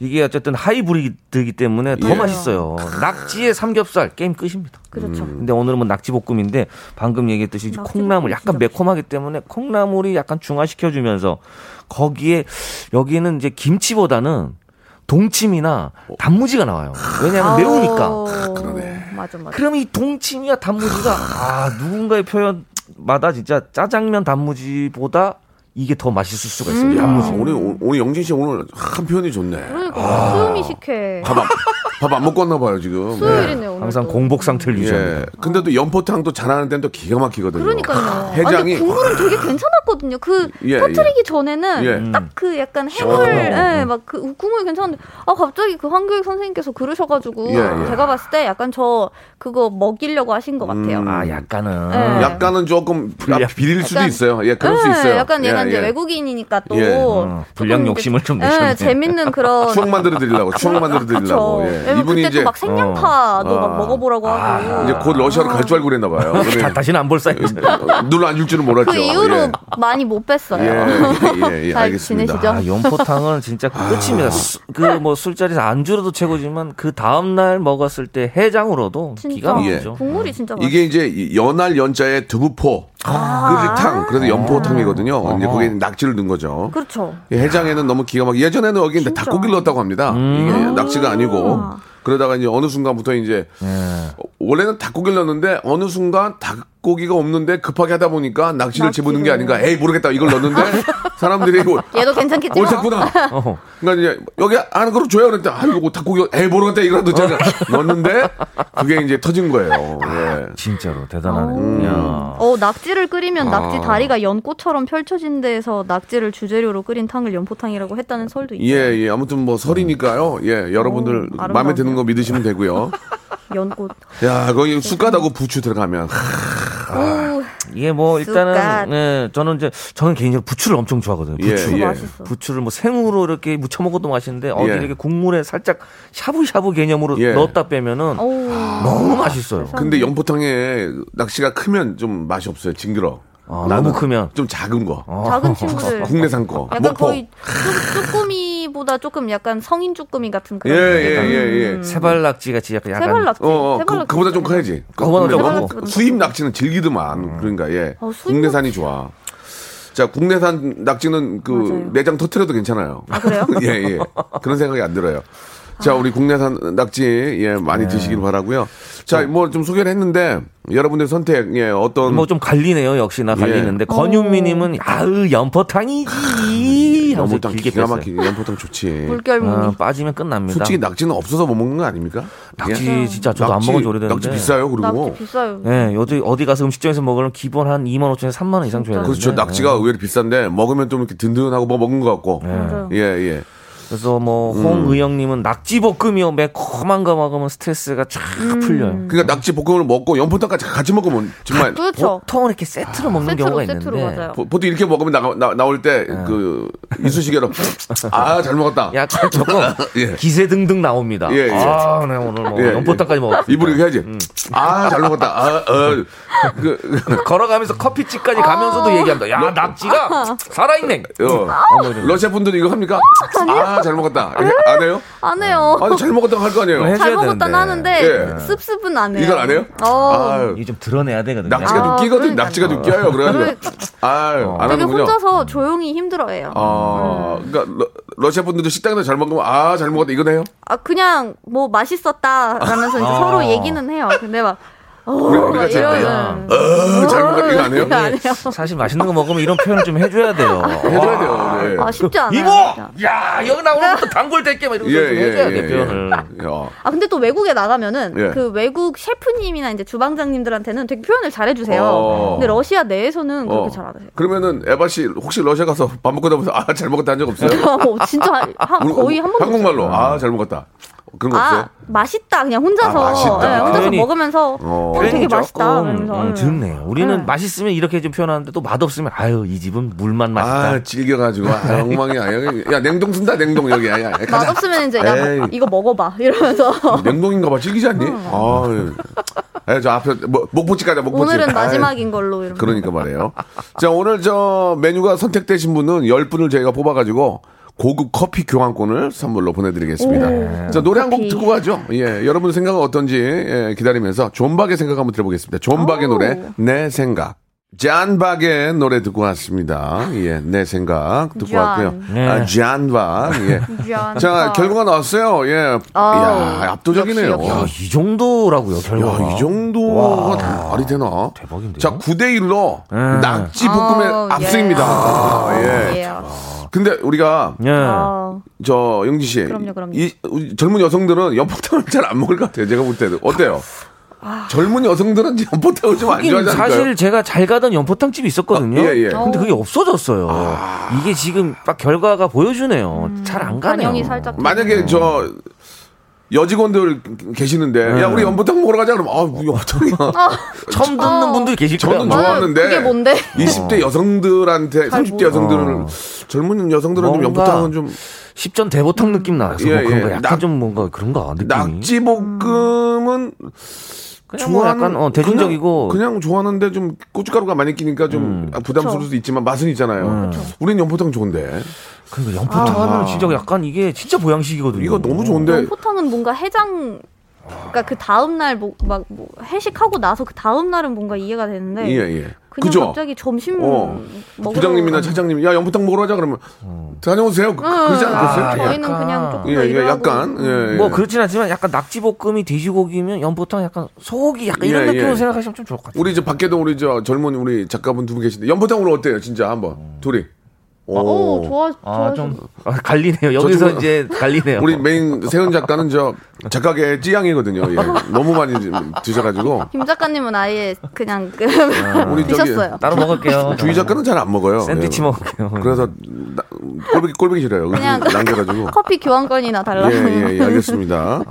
이게 어쨌든 하이브리드이기 때문에 더
예.
맛있어요. 낙지에 삼겹살 게임 끝입니다.
그렇죠.
근데 오늘은 뭐 낙지볶음인데 방금 얘기했듯이 이제 콩나물 약간 매콤하기 때문에 콩나물이 약간 중화시켜 주면서 거기에 여기는 이제 김치보다는 동치미나 단무지가 나와요. 왜냐하면
아.
매우니까.
그러네. 맞아, 맞아.
그럼 이 동치미와 단무지가 아 누군가의 표현마다 진짜 짜장면 단무지보다 이게 더 맛있을 수가
음.
있습니다.
야,
단무지.
오늘 오늘 아, 영진 씨 오늘 한 표현이 좋네.
그러니까 수음이 식혜.
아. 밥 안 먹고 왔나 봐요 지금.
수요일이네, 오늘
항상
공복 상태를
유지해. 근데 또 연포탕도 잘하는 데는 또 기가 막히거든요.
그러니까요. 아,
해장이
근데 국물은 되게 괜찮았거든요. 그
예,
터트리기 전에는
예. 어.
딱 그 약간 해물,
시원하고.
예, 막그 국물 괜찮은데 아 갑자기 그 황교익 선생님께서 그러셔가지고
예, 예.
제가 봤을 때 약간 저 그거 먹이려고 하신 것 같아요.
음.
아 약간은
네.
약간은 조금 약- 비릴 수도
약간-
있어요. 예, 그럴 수
예,
있어요.
약간 얘가
예,
이제
예.
외국인이니까 또
예.
조금
어, 불량
이제-
욕심을 좀
예,
내셨네.
재밌는 그런
추억 만들어 드리려고 추억 만들어 드리려고. 예.
왜냐면 그때 또막 생양파도
아.
막 먹어보라고 하고
이제 곧 러시아로 음. 갈 줄 알고 그랬나 봐요. 어,
다- 다시는 안 볼 사이.
눈안줄 줄은 몰랐죠.
그 이후로
예.
많이 못 뺐어요.
예, 예, 예,
잘
알겠습니다.
지내시죠?
아, 연포탕은 진짜
아.
끝입니다. 그 뭐 술자리에서 안주로도 최고지만 그 다음 날 먹었을 때 해장으로도
예.
기가
진짜
막히죠.
국물이 진짜 맛있어.
이게 이제 이 연할 연자에 두부포 끓이탕 그래서 연포탕이거든요. 이제 거기에 낙지를 넣은 거죠.
그렇죠.
이 해장에는 너무 기가 막. 예전에는 여기 이제 닭고기를 넣었다고 합니다. 이게 낙지가 아니고 그러다가 이제 어느 순간부터 이제 어, 원래는 닭고기를 넣었는데 어느 순간 닭고기가 없는데 급하게 하다 보니까 낙지를 집어넣은 게 아닌가. 에이 모르겠다 이걸 넣었는데 사람들이 이거
얘도 괜찮겠지?
옳았구나. 그러니까 이제 여기 안 그럼 줘요 그랬더니 아 이거 닭고기 에이 모르겠다 이걸 넣었잖아. 넣었는데 그게 이제 터진 거예요. 예.
진짜로 대단하네.
어, 낙지를 끓이면
아.
낙지 다리가 연꽃처럼 펼쳐진 데에서 낙지를 주재료로 끓인 탕을 연포탕이라고 했다는 설도 있고
예, 예. 아무튼 뭐 설이니까요. 예, 여러분들
아름다운데요.
마음에 드는 거 믿으시면 되고요.
연꽃.
야,
네.
거기 숟가락하고 부추 들어가면
오,
이게 뭐
쑥갓.
일단은 예, 저는 이제 저는 개인적으로 부추를 엄청 좋아하거든요.
예,
부추.
예. 맛있어.
부추를 뭐 생으로 이렇게 무쳐 먹어도 맛있는데 어디
예.
이렇게 국물에 살짝 샤브샤브 개념으로
예.
넣었다
어.
빼면은 너무 맛있어요.
근데 연포탕에 낚시가 크면 좀 맛이 없어요. 징그러. 나는
아, 너무 크면 어.
좀 작은 거.
작은
아.
친구들.
국내산 거.
네. 약간
목포.
거의 쭈, 쭈꾸미보다 조금 약간 성인 쭈꾸미 같은
예, 예,
그런.
예, 예.
세발낙지 같이 약간
음. 세발낙지,
어, 어, 그,
네, 세발낙지.
그보다 좀 커야지.
그거보다
근데
좀 음.
뭐
크고.
수입 낚시는 질기더만. 그러니까 예.
어, 수입
국내산이 좋아. 자, 국내산 낙지는 그 내장 터트려도 괜찮아요. 아, 그래요? 예, 예. 그런 생각이 안 들어요. 자, 우리 국내산 낙지 예 많이
네.
드시길 바라고요. 자, 뭐 좀 소개를 했는데 여러분들 선택 예 어떤
뭐 좀 갈리네요 역시나 갈리는데
예.
어.
권윤미님은 야으 연포탕이지
아,
하면서
연포탕
길게
기가
뺐어요.
막히게 연포탕 좋지.
물결무늬.
아, 빠지면 끝납니다.
솔직히 낙지는 없어서 못 먹는 거 아닙니까? 예.
낙지 진짜 저도 안 먹은 지 오래됐는데
낙지 비싸요 그리고. 예.
낙지 비싸요.
네, 어디 어디 가서 음식점에서 먹으면 기본 한 2만 5천에서 3만 원 이상 줘야 되는데.
네,
그렇죠. 낙지가 의외로 비싼데 먹으면 좀 이렇게 든든하고 뭐 먹은 것 같고.
네.
맞아요.
예, 예.
그래서 뭐
음.
홍의영님은 낙지볶음이요 매콤한 거 먹으면 스트레스가 쫙
음.
풀려요.
그러니까 낙지 볶음을 먹고 연포탕까지 같이 먹으면 정말
그렇죠.
보통
아.
이렇게 세트로
뭐,
먹는
세트로,
경우가
세트로
뭐, 있는데.
맞아요.
보- 보통 이렇게 먹으면 나가, 나, 나올
네.
때 그 이쑤시개로 아 잘 먹었다.
약간 조금 기세 등등 나옵니다.
예, 예.
아, 네 오늘 뭐
예,
연포탕까지 먹었어.
입으로 이렇게 해야지.
음.
아 잘 먹었다. 아, 어. 그,
걸어가면서 커피집까지
아.
가면서도 얘기합니다. 야 낙지가 살아있네.
어. 러시아 분들은 이거 합니까? 아 잘 먹었다. 이렇게 안 해요?
안 해요.
예. 아니 잘 먹었다고 할 거 아니에요.
잘 먹었다는 하는데
예.
씁씁은 안 해요.
이걸 안 해요? 아,
어.
이게
좀 드러내야 되거든요.
낙지가 좀
아,
끼거든.
그러니까요.
낙지가 좀 끼어요. 그래가지고 아안
되게
하는군요. 음.
혼자서 조용히 힘들어해요.
아,
네.
그러니까 러, 시아 분들도 식당에서 잘 먹으면 아 잘 먹었다 이거네요.
아 그냥 뭐 맛있었다라면서 이제
아.
서로 얘기는 해요. 근데 막 어,
우리- 우리가
막
제일
이러면 음. 네,
어잘 먹었다 이거 안 해요?
이거 안 해요.
사실 맛있는 거 먹으면 이런 표현을 좀 해줘야 돼요.
해줘야 돼요. 네.
아 쉽지 않아요.
이모!
진짜.
야 여기 나오는 것도 단골 될게 막 이런
예,
예,
거 좀 해줘야 돼 표현을.
어.
아 근데 또 외국에 나가면은
예.
그 외국 셰프님이나 이제 주방장님들한테는 되게 표현을 잘해주세요.
어.
근데 러시아 내에서는 그렇게
어.
잘 안 해요.
그러면은 에바 씨 혹시 러시아 가서 밥 먹고 나면서 아 잘 먹었다 한 적 없어요?
어, 진짜 한- 한-
우리-
거의 한 번도
한국말로
없어요.
아 잘 먹었다 그런 거 없어요?
아 맛있다 그냥 혼자서
아, 맛있다.
예, 혼자서
표현이-
먹으면서
어.
어, 되게 맛있다
그러니까 조금,
그러면서
음, 듣네요. 우리는
네.
맛있으면 이렇게 좀 표현하는데 또 맛없으면 아유 이 집은 물만 맛있다.
아 질겨가지고 아, 엉망이야 여기 야 냉동 쓴다 냉동 여기 야, 야 가자.
맛없으면 이제 야
에이.
이거 먹어봐 이러면서
냉동인가 봐 질기지 않니? 아, 아저 앞에 뭐, 목포집가자 목포집
오늘은
아이,
마지막인 걸로 이러면서
그러니까 말이에요. 자, 오늘 저 메뉴가 선택되신 분은 10분을 저희가 뽑아가지고 고급 커피 교환권을 선물로 보내드리겠습니다.
오,
자, 노래 한 곡
커피.
듣고 가죠. 예, 여러분 생각은 어떤지 예, 기다리면서 존박의 생각 한번 들어보겠습니다. 존박의 노래, 내 생각. 잔박의 노래 듣고 왔습니다. 예, 내 생각 듣고
잔.
왔고요.
네.
아, 잔박. 예.
잔박.
아,
자, 결과가 나왔어요. 예.
아우,
야, 압도적이네요.
역시, 역시.
이 정도라고요, 결과가.
야, 이 정도가 다 말이 되나? 대박인데요. 자, 9대 1로
예.
낙지 볶음에
어, 예. 아우,
앞승입니다. 아, 예. 근데 우리가
네.
어,
저 영지 씨,
그럼요, 그럼요.
이 우리 젊은 여성들은 연포탕을 잘 안 먹을 것 같아요. 제가 볼 때도 어때요?
아.
젊은 여성들은 연포탕을 좀 안
하긴
좋아하지 않을까요?
사실 제가 잘 가던 연포탕 집이 있었거든요.
아, 예, 아. 예.
근데 그게 없어졌어요. 이게 지금 딱 결과가 보여주네요. 잘 안 가네요.
음, 반영이 살짝
만약에 저
음.
여직원들 계시는데 야 우리 연포탕 먹으러 가자 그러면 아 연포탕이야.
처음 듣는 분들 계실 거예요.
저는 뭐 좋았는데
어, 그게 뭔데?
어.
20대 여성들한테 30대 여성들은 젊은 여성들은 좀
뭔가
연포탕은 좀
10전 대보탕 느낌 나서
예,
뭐 그런
예.
거 약간
낙-
좀 뭔가 그런가 느낌이.
낙지볶음은
그냥 뭐 약간, 어, 대중적이고. 음.
그냥, 그냥 좋아하는데 좀 고춧가루가 많이 끼니까 좀 아, 부담스러울 수도 있지만 맛은 있잖아요. 우리는 연포탕 좋은데.
그러니까 연포탕 하면 진짜 약간 이게 진짜 보양식이거든요.
아. 이거 너무 좋은데
포탕은 뭔가 해장 그러니까 그 다음 날막뭐 해식하고 나서 그 다음 날은 뭔가 이해가 되는데
예, 예.
네. 그냥
그죠?
갑자기 점심
어.
먹으러
부장님이나 차장님, 야 연포탕 먹으러 가자 그러면 다녀오세요.
음.
그- 그러지 않겠어요?
음. 아,
저희는
약간.
그냥 조금
예,
더
예,
일하고
약간 예, 예.
뭐 그렇진 않지만 약간 낙지볶음이 돼지고기면 연포탕 약간 소고기 약간 이런
예, 예.
느낌으로 생각하시면 좀 좋을 것 같아요.
우리 저 밖에도 우리 저 젊은 우리 작가분 두 분 계신데 연포탕 오늘 어때요? 진짜 한번 둘이. 오,
아, 어, 좋아
아, 좀 아, 갈리네요. 여기서 이제 갈리네요.
우리 메인 세훈 작가는 저 작가계 찌양이거든요. 예. 너무 많이 드셔가지고
김 작가님은 아예 그냥 그
우리 저기
드셨어요.
따로 먹을게요.
주희 작가는 잘 안 먹어요. 네. 예.
샌드위치
먹을게요. 그래서 나- 꼴보기 꼴보기 싫어요.
그냥
남겨가지고.
커피 교환권이나 달라고.
예예예 알겠습니다.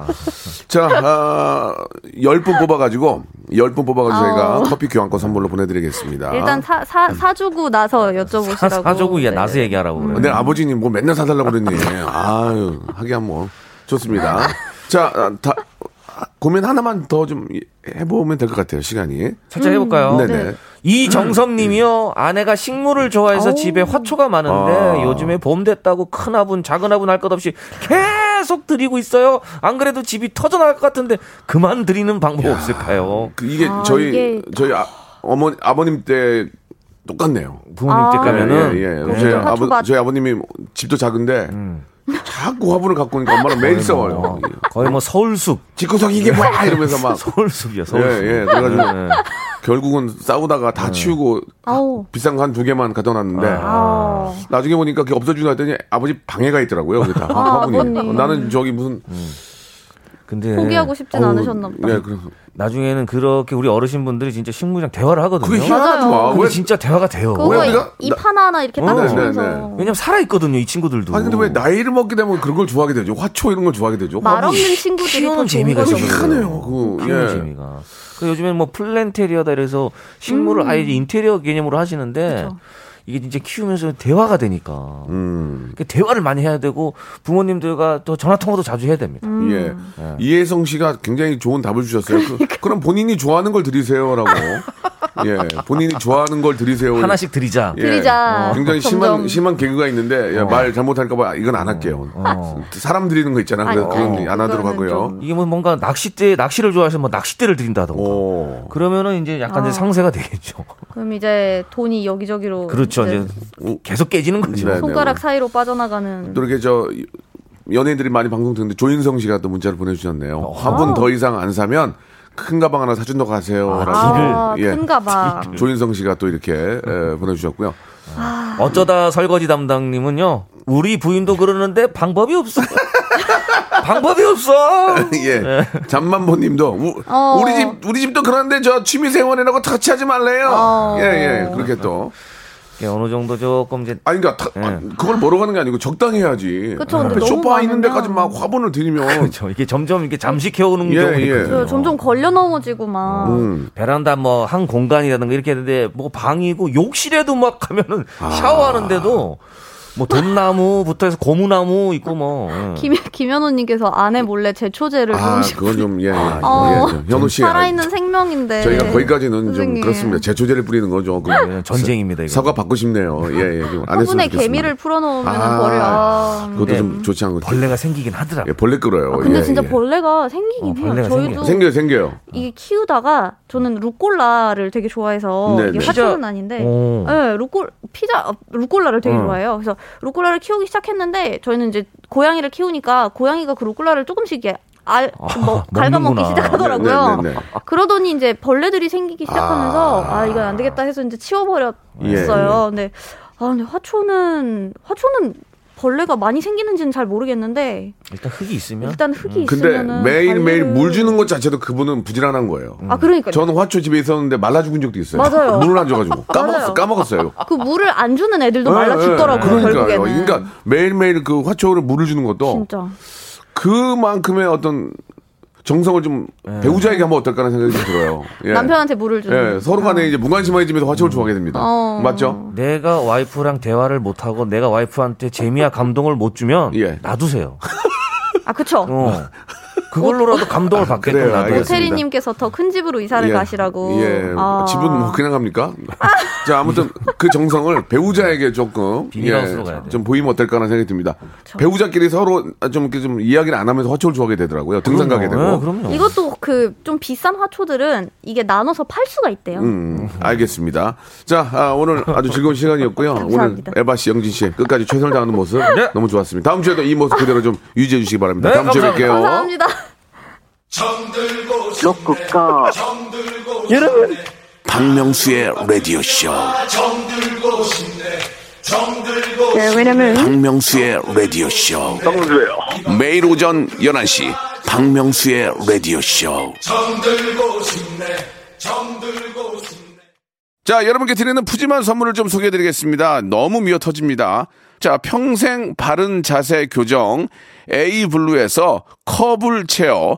자 아, 10분 뽑아가지고 10분 뽑아가지고 저희가
아우.
커피 교환권 선물로 보내드리겠습니다.
일단 사, 사, 사주고 나서 여쭤보시라고. 네. 음.
사조구 야 나서 얘기하라고 그래.
내 아버지님 뭐 맨날 사달라고 그랬니. 아유 하기야 뭐 좋습니다. 자 아, 다, 고민 하나만 더 좀 해보면 될 것 같아요 시간이.
살짝
어,
해볼까요?
음. 네네.
이정섭님이요 아내가 식물을 좋아해서
음.
집에 화초가 많은데
아.
요즘에 봄 됐다고 큰 화분 작은 화분 할 것 없이 계속 드리고 있어요. 안 그래도 집이 터져 나갈 것 같은데 그만 드리는 방법 없을까요?
그 이게
아,
저희
이게-
저희 아, 어머니 아버님 때 똑같네요.
부모님 아. 때 가면은
예, 예, 예.
그렇죠.
저희
화초가- 음.
아버 저희 아버님이 집도 작은데 자꾸 화분을 갖고 오니까 엄마랑 매일 싸워요.
거의 뭐 서울숲.
짓구석 이게 뭐야 이러면서 막
서울숲이야 서울숲.
예, 예. 그래가지고
네.
결국은 싸우다가 다 치우고
아우.
비싼 거 한 두 개만 갖다
네.
놨는데
아.
나중에 보니까 그게 없어지고 했더니 아버지 방해가 있더라고요. 그게 다
아,
화분이.
아버님.
어, 나는 저기 무슨
음. 근데
네.
포기하고 싶진
어우,
않으셨나 보다.
예, 그래서
나중에는 그렇게 우리 어르신분들이 진짜 식물이랑 대화를 하거든요.
그게 희한하지 마.
근데
왜-
진짜 대화가 돼요.
그거 입 하나하나 이렇게
어, 네,
따라주면서
네, 네.
왜냐면 살아있거든요, 이 친구들도.
아니 근데 왜 나이를 먹게 되면 그런 걸 좋아하게 되죠. 화초 이런 걸 좋아하게 되죠.
말
화분.
없는 친구들이 더
키우는
좋은
재미가
거죠.
있어요.
희한해요. 그
키우는
예.
재미가. 그 요즘엔 뭐 플랜테리아다 이래서 식물을
음.
아예 인테리어 개념으로 하시는데 이게 진짜 키우면서 대화가 되니까.
음.
그 대화를 많이 해야 되고 부모님들과 또 전화 통화도 자주 해야 됩니다.
예.
음.
이혜성 씨가 굉장히 좋은 답을 주셨어요. 그, 럼 본인이 좋아하는 걸 드리세요라고. 예. 본인이 좋아하는 걸 드리세요.
하나씩 드리자.
예.
드리자.
굉장히
점점.
심한 심한 개그가 있는데 예, 말 잘못할까봐 이건 안 할게요. 사람 드리는 거 있잖아.
아니,
요 그건
아니,
안 하도록
그거는
하고요.
이게 뭐 뭔가 낚싯대 낚시를 좋아해서 뭐 낚싯대를
어.
드린다던가.
오.
그러면은 이제 약간
아.
이제 상세가 되겠죠.
그럼 이제 돈이 여기저기로
그렇죠.
이제
이제 계속 깨지는 거죠.
네,
손가락 사이로 빠져나가는
또 이렇게 저 연예인들이 많이 방송 듣는데 조인성 씨가 또 문자를 보내주셨네요. 화분 더 이상 안 사면 큰 가방 하나 사준다고 하세요.
아,
예.
큰 가방.
조인성 씨가 또 이렇게 에, 보내주셨고요.
어쩌다 설거지 담당님은요. 우리 부인도 그러는데 방법이 없어. 방법이 없어.
예. 잠만보님도 우,
네. 어.
우리 집 우리 집도 그런데 저 취미 생활이라고 터치하지 말래요.
어.
예예. 그렇게 또.
이게 예, 어느 정도 조금 이제
아니 그러니까 타- 아, 그걸 뭐러 가는 게 아니고 적당히 해야지.
네. 그쵸, 근데
앞에
너무
소파 있는
많으면-
데까지 막 화분을 들이면
그렇죠. 이게 점점 이렇게 잠식해 오는
예,
경우가
예.
있거든요.
저그 점점 걸려 넘어지고 막
음.
베란다 뭐 한 공간이라든가 이렇게 했는데 뭐 방이고 욕실에도 막 가면은
아.
샤워하는데도 뭐 돈나무부터 해서 고무나무 있고 뭐 예.
아, 김, 김현우님께서 아내 몰래 제 초제를
아,
조금씩
그건 좀 예. 예.
어.
예, 좀 현우 씨.
살아있는 생명인데
저희가 거기까지는 좀
선생님. 네.
그렇습니다. 제 조제를 뿌리는 거죠. 그
예, 전쟁입니다 이거.
사과 받고 싶네요. 예, 예. 좀안 했으면
화분에
좋겠습니다.
개미를 풀어놓으면
아,
벌을 아,
그것도 좀 좋지 않고.
벌레가 생기긴 하더라.
예, 벌레 끌어요.
아, 근데
예,
진짜
예.
벌레가 생기긴
어,
해요.
벌레가
저희도
생겨요, 생겨요.
이게 키우다가 저는 루꼴라를 되게 좋아해서
네,
이게
네.
화초는
피자. 어.
아닌데
오.
네, 루꼴 피자 어, 루꼴라를 되게
음.
좋아해요. 그래서 루꼴라를 키우기 시작했는데 저희는 이제 고양이를 키우니까 고양이가 그 루꼴라를 조금씩 이게 알, 뭐,
아, 먹는구나.
갉아먹기 시작하더라고요.
네, 네, 네.
그러더니 이제 벌레들이 생기기 시작하면서 아, 이건 안 되겠다 해서 이제 치워버렸어요.
예, 예.
근데 아 근데 화초는 화초는 벌레가 많이 생기는지는 잘 모르겠는데
일단 흙이 있으면
일단 흙이
근데
있으면은
매일 매일
관리를-
물 주는 것 자체도 그분은 부지런한 거예요.
아 그러니까
저는 화초 집에 있었는데 말라 죽은 적도 있어요.
맞아요.
물을 안 줘가지고 까먹었어,
맞아요.
까먹었어요.
그 물을 안 주는 애들도 말라
예, 예.
죽더라고요
그러니까요. 어.
결국에는
그러니까 매일매일 그 화초를 물을 주는 것도
진짜
그만큼의 어떤 정성을 좀 배우자에게 하면 어떨까라는 생각이 들어요. 예.
남편한테 물을 주는
예, 서로 간에 이제 무관심해지면서 화초를 좋아하게 됩니다.
어.
맞죠?
내가 와이프랑 대화를 못 하고 내가 와이프한테 재미와 감동을 못 주면
예.
놔두세요.
아 그쵸
어. 그걸로라도 감동을 받게끔
그래요,
놔둬.
알겠습니다.
호텔이님께서 더 큰 집으로 이사를
예.
가시라고
예.
아.
집은 뭐 그냥 갑니까? 자, 아무튼 그 정성을 배우자에게 조금 예.
비닐하우스로 가야 돼요.
좀 보이면 어떨까라는 생각이 듭니다.
그렇죠.
배우자끼리 서로 좀 이렇게 좀 이야기를 안 하면서 화초를 좋아하게 되더라고요. 등산 가게 되고.
네, 그럼요.
이것도 그 좀 비싼 화초들은 이게 나눠서 팔 수가 있대요
음, 알겠습니다. 자, 아, 오늘 아주 즐거운 시간이었고요. 오늘
감사합니다.
에바 씨, 영진 씨 끝까지 최선을 다하는 모습 너무 좋았습니다. 다음 주에도 이 모습 그대로 좀 유지해 주시기 바랍니다.
네,
다음 주에
감사합니다.
뵐게요.
감사합니다
로쿠카 여러분 박명수의 라디오 쇼 박명수의 라디오 쇼 매일 오전 11시 박명수의 라디오 쇼
자, 여러분께 드리는 푸짐한 선물을 좀 소개해 드리겠습니다. 너무 미어 터집니다. 자, 평생 바른 자세 교정, A 블루에서 커블 체어,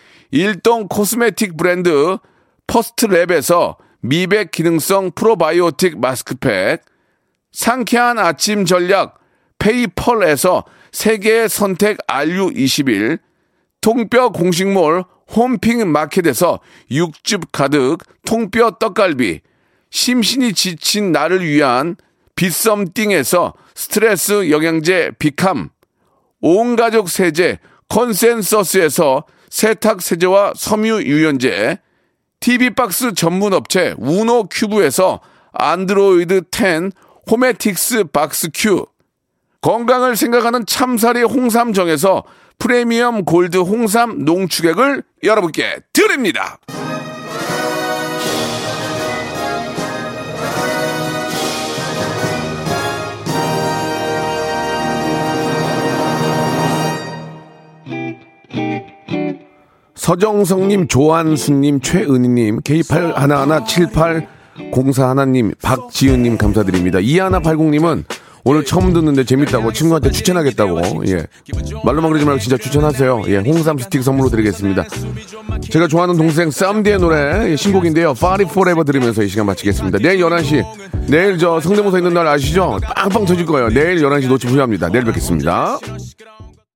일동 코스메틱 브랜드 퍼스트랩에서 미백 기능성 프로바이오틱 마스크팩, 상쾌한 아침 전략 페이펄에서 세계 선택 RU21 통뼈 공식몰 홈핑 마켓에서 육즙 가득 통뼈 떡갈비 심신이 지친 나를 위한 비썸띵에서 스트레스 영양제 비캄 온가족 세제 컨센서스에서 세탁 세제와 섬유 유연제 TV박스 전문 업체 우노 큐브에서 안드로이드 10 호메틱스 박스 큐 건강을 생각하는 참사리 홍삼정에서 프리미엄 골드 홍삼 농축액을 여러분께 드립니다. 서정성님, 조한수님, 최은희님, K817804하나님, 박지은님 감사드립니다. 2180님은 오늘 처음 듣는데 재밌다고 친구한테 추천하겠다고 예 말로만 그러지 말고 진짜 추천하세요 예 홍삼 스틱 선물로 드리겠습니다 제가 좋아하는 동생 쌈디의 노래 예, 신곡인데요 파리 포레버 들으면서 이 시간 마치겠습니다 내일 11시 내일 저 성대모사 있는 날 아시죠 빵빵 터질 거예요 내일 11시 놓치 후회합니다 내일 뵙겠습니다